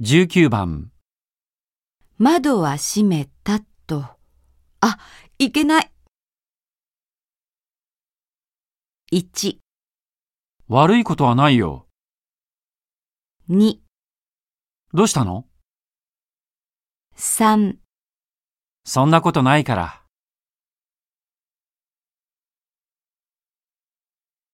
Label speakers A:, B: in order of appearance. A: 19番、
B: 窓は閉めたと。あ、いけない。1、
A: 悪いことはないよ。
B: 2、
A: どうしたの
B: 3
A: そんなことないから。